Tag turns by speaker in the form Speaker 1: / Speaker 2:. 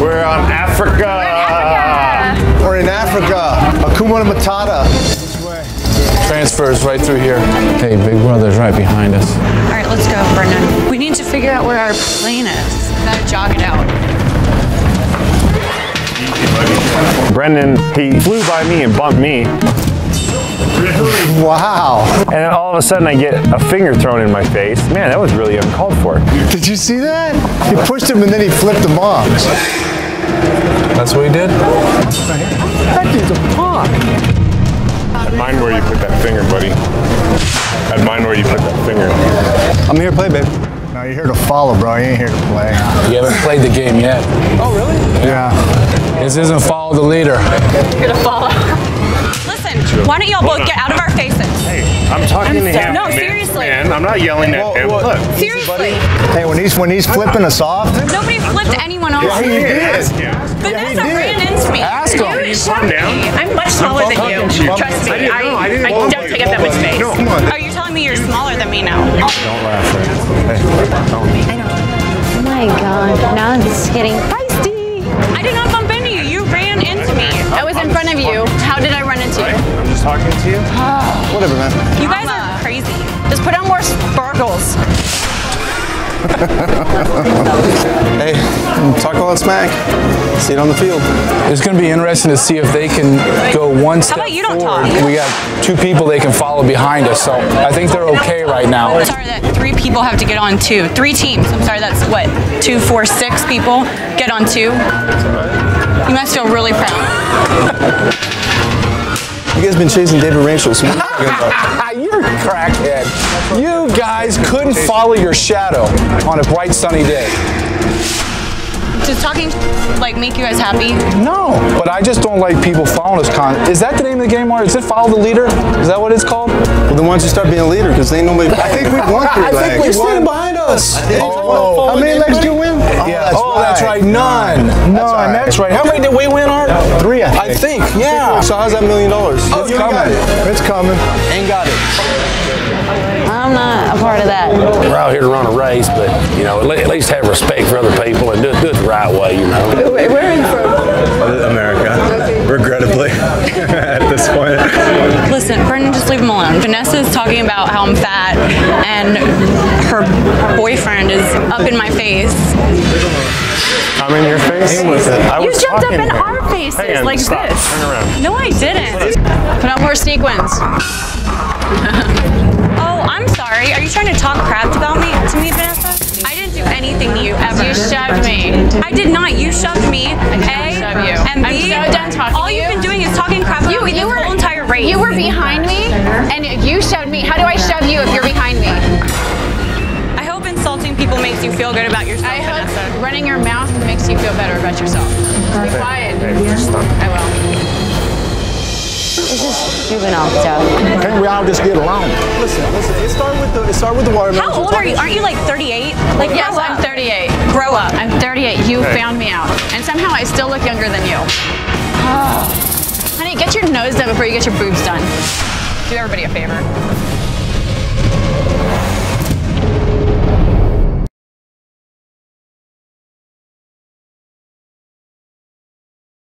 Speaker 1: We're on Africa.
Speaker 2: We're in Africa. Akuma Matata. Transfers right through here.
Speaker 3: Hey, Big Brother's right behind us.
Speaker 4: All right, let's go, Brendan. We need to figure out where our plane is. Gotta jog it out.
Speaker 1: Brendan, he flew by me and bumped me, and
Speaker 2: Wow.
Speaker 1: then all of a sudden I get a finger thrown in my face. Man, that was really uncalled for.
Speaker 2: Did you see that? He pushed him and then he flipped him off.
Speaker 3: That's what he did?
Speaker 2: That dude's a punk.
Speaker 1: Mind where you put that finger, buddy. I'd mind where you put that finger.
Speaker 2: I'm here to play, babe. No, you're here to follow, bro. You ain't here to play.
Speaker 3: You haven't played the game yet.
Speaker 2: Yeah.
Speaker 3: This isn't follow the leader.
Speaker 4: You're gonna follow. Listen, why don't y'all both get out of our faces?
Speaker 1: Hey, I'm talking
Speaker 4: I'm
Speaker 1: to
Speaker 4: sorry.
Speaker 1: him.
Speaker 4: No,
Speaker 1: man.
Speaker 4: seriously.
Speaker 1: Man, I'm not yelling at him. Look.
Speaker 4: Seriously,
Speaker 2: Hey, when he's when he's flipping us off.
Speaker 4: nobody flipped anyone off.
Speaker 2: he did.
Speaker 1: Ask him.
Speaker 4: Vanessa
Speaker 2: did.
Speaker 4: ran into me.
Speaker 3: Ask him.
Speaker 4: You
Speaker 3: Can you
Speaker 4: shot
Speaker 1: calm
Speaker 4: me.
Speaker 1: down?
Speaker 4: I'm much smaller than you.
Speaker 2: you.
Speaker 4: Trust me.
Speaker 1: I didn't-
Speaker 4: I,
Speaker 1: no, I
Speaker 4: I,
Speaker 1: didn't-
Speaker 4: don't take up that much space.
Speaker 2: No, come on.
Speaker 4: Oh, you're telling me you're smaller than me now.
Speaker 2: Don't laugh, Ray. Hey, don't.
Speaker 4: Oh
Speaker 5: My God, now this is getting feisty.
Speaker 4: I did not bump into you. You ran into me.
Speaker 5: I was in front of you. How did I run into you?
Speaker 1: I'm just talking to you.
Speaker 2: Whatever, man.
Speaker 4: You guys are crazy.
Speaker 5: Just put on more sparkles.
Speaker 6: Hey, talk all that smack. See it on the field.
Speaker 3: It's going to be interesting to see if they can go one step
Speaker 4: about you don't
Speaker 3: forward.
Speaker 4: talk?
Speaker 3: We got two people they can follow behind us, so I think they're okay right now.
Speaker 4: I'm sorry that three people have to get on two. Three teams. I'm sorry that's what? Two, four, six people get on two. You must feel really proud.
Speaker 6: You guys been chasing David Rachel, so what are you talking about?
Speaker 3: Ah, You're a crackhead. You guys couldn't follow your shadow on a bright sunny day.
Speaker 4: Does talking like make you guys happy?
Speaker 3: No, but I just don't like people following us. Con, is that the name of the game? Or is it follow the leader? Is that what it's called?
Speaker 6: Well, then why don't you start being a leader? Because ain't nobody.
Speaker 2: I think we won three
Speaker 3: I think
Speaker 2: legs.
Speaker 3: we
Speaker 6: You're standing behind us.
Speaker 2: Oh, how many legs do you win?
Speaker 3: Yeah. Oh, that's right. None. None. That's right.
Speaker 2: right.
Speaker 3: How many did we win, Art?
Speaker 2: Three, I
Speaker 3: I
Speaker 2: think.
Speaker 3: think. Yeah.
Speaker 6: So how's that million dollars?
Speaker 3: Oh, you got it.
Speaker 2: It's coming.
Speaker 3: Ain't got it.
Speaker 5: I'm not a part of that.
Speaker 7: We're out here to run a race, but you know, at le- at least have respect for other people and do it, do it the right way. You know,
Speaker 8: America, regrettably, at this point.
Speaker 4: Listen, Brendan, just leave him alone. Vanessa is talking about how I'm fat, and her boyfriend is up in my face.
Speaker 1: I'm in your face. I
Speaker 5: You
Speaker 1: was
Speaker 5: jumped up
Speaker 1: talking
Speaker 5: in
Speaker 1: to him.
Speaker 5: our faces
Speaker 1: Hang on,
Speaker 5: like
Speaker 1: stop.
Speaker 5: this.
Speaker 1: Turn around.
Speaker 4: No, I didn't.
Speaker 5: Put on more sequins.
Speaker 4: Oh, I'm sorry. Are you trying to talk crap about me to me, Vanessa? I didn't do anything to you ever.
Speaker 5: You shoved me.
Speaker 4: I did not. You shoved me. I
Speaker 5: did not shove you.
Speaker 4: And
Speaker 5: I'm
Speaker 4: B,
Speaker 5: so done talking
Speaker 4: All
Speaker 5: to
Speaker 4: you've
Speaker 5: you.
Speaker 4: been doing is talking crap about
Speaker 5: You-
Speaker 4: me
Speaker 5: you
Speaker 4: this
Speaker 5: were-
Speaker 4: whole entire race.
Speaker 5: You were behind me, and you shoved me. How do I shove you if you're behind me?
Speaker 4: I hope insulting people makes you feel good about yourself,
Speaker 5: I
Speaker 4: Vanessa.
Speaker 5: hope running your mouth makes you feel better about yourself. Be quiet. I will.
Speaker 9: This is juvenile stuff.
Speaker 2: Can't we all just get along?
Speaker 6: Listen, listen. It started with the. It started with the watermelon.
Speaker 4: How old are you? Aren't you like 38? Like
Speaker 5: Yes,
Speaker 4: grow
Speaker 5: I'm
Speaker 4: up.
Speaker 5: 38.
Speaker 4: Grow up.
Speaker 5: I'm 38. You found me out, and somehow I still look younger than you.
Speaker 9: Ah.
Speaker 5: Honey, get your nose done before you get your boobs done. Do everybody a favor.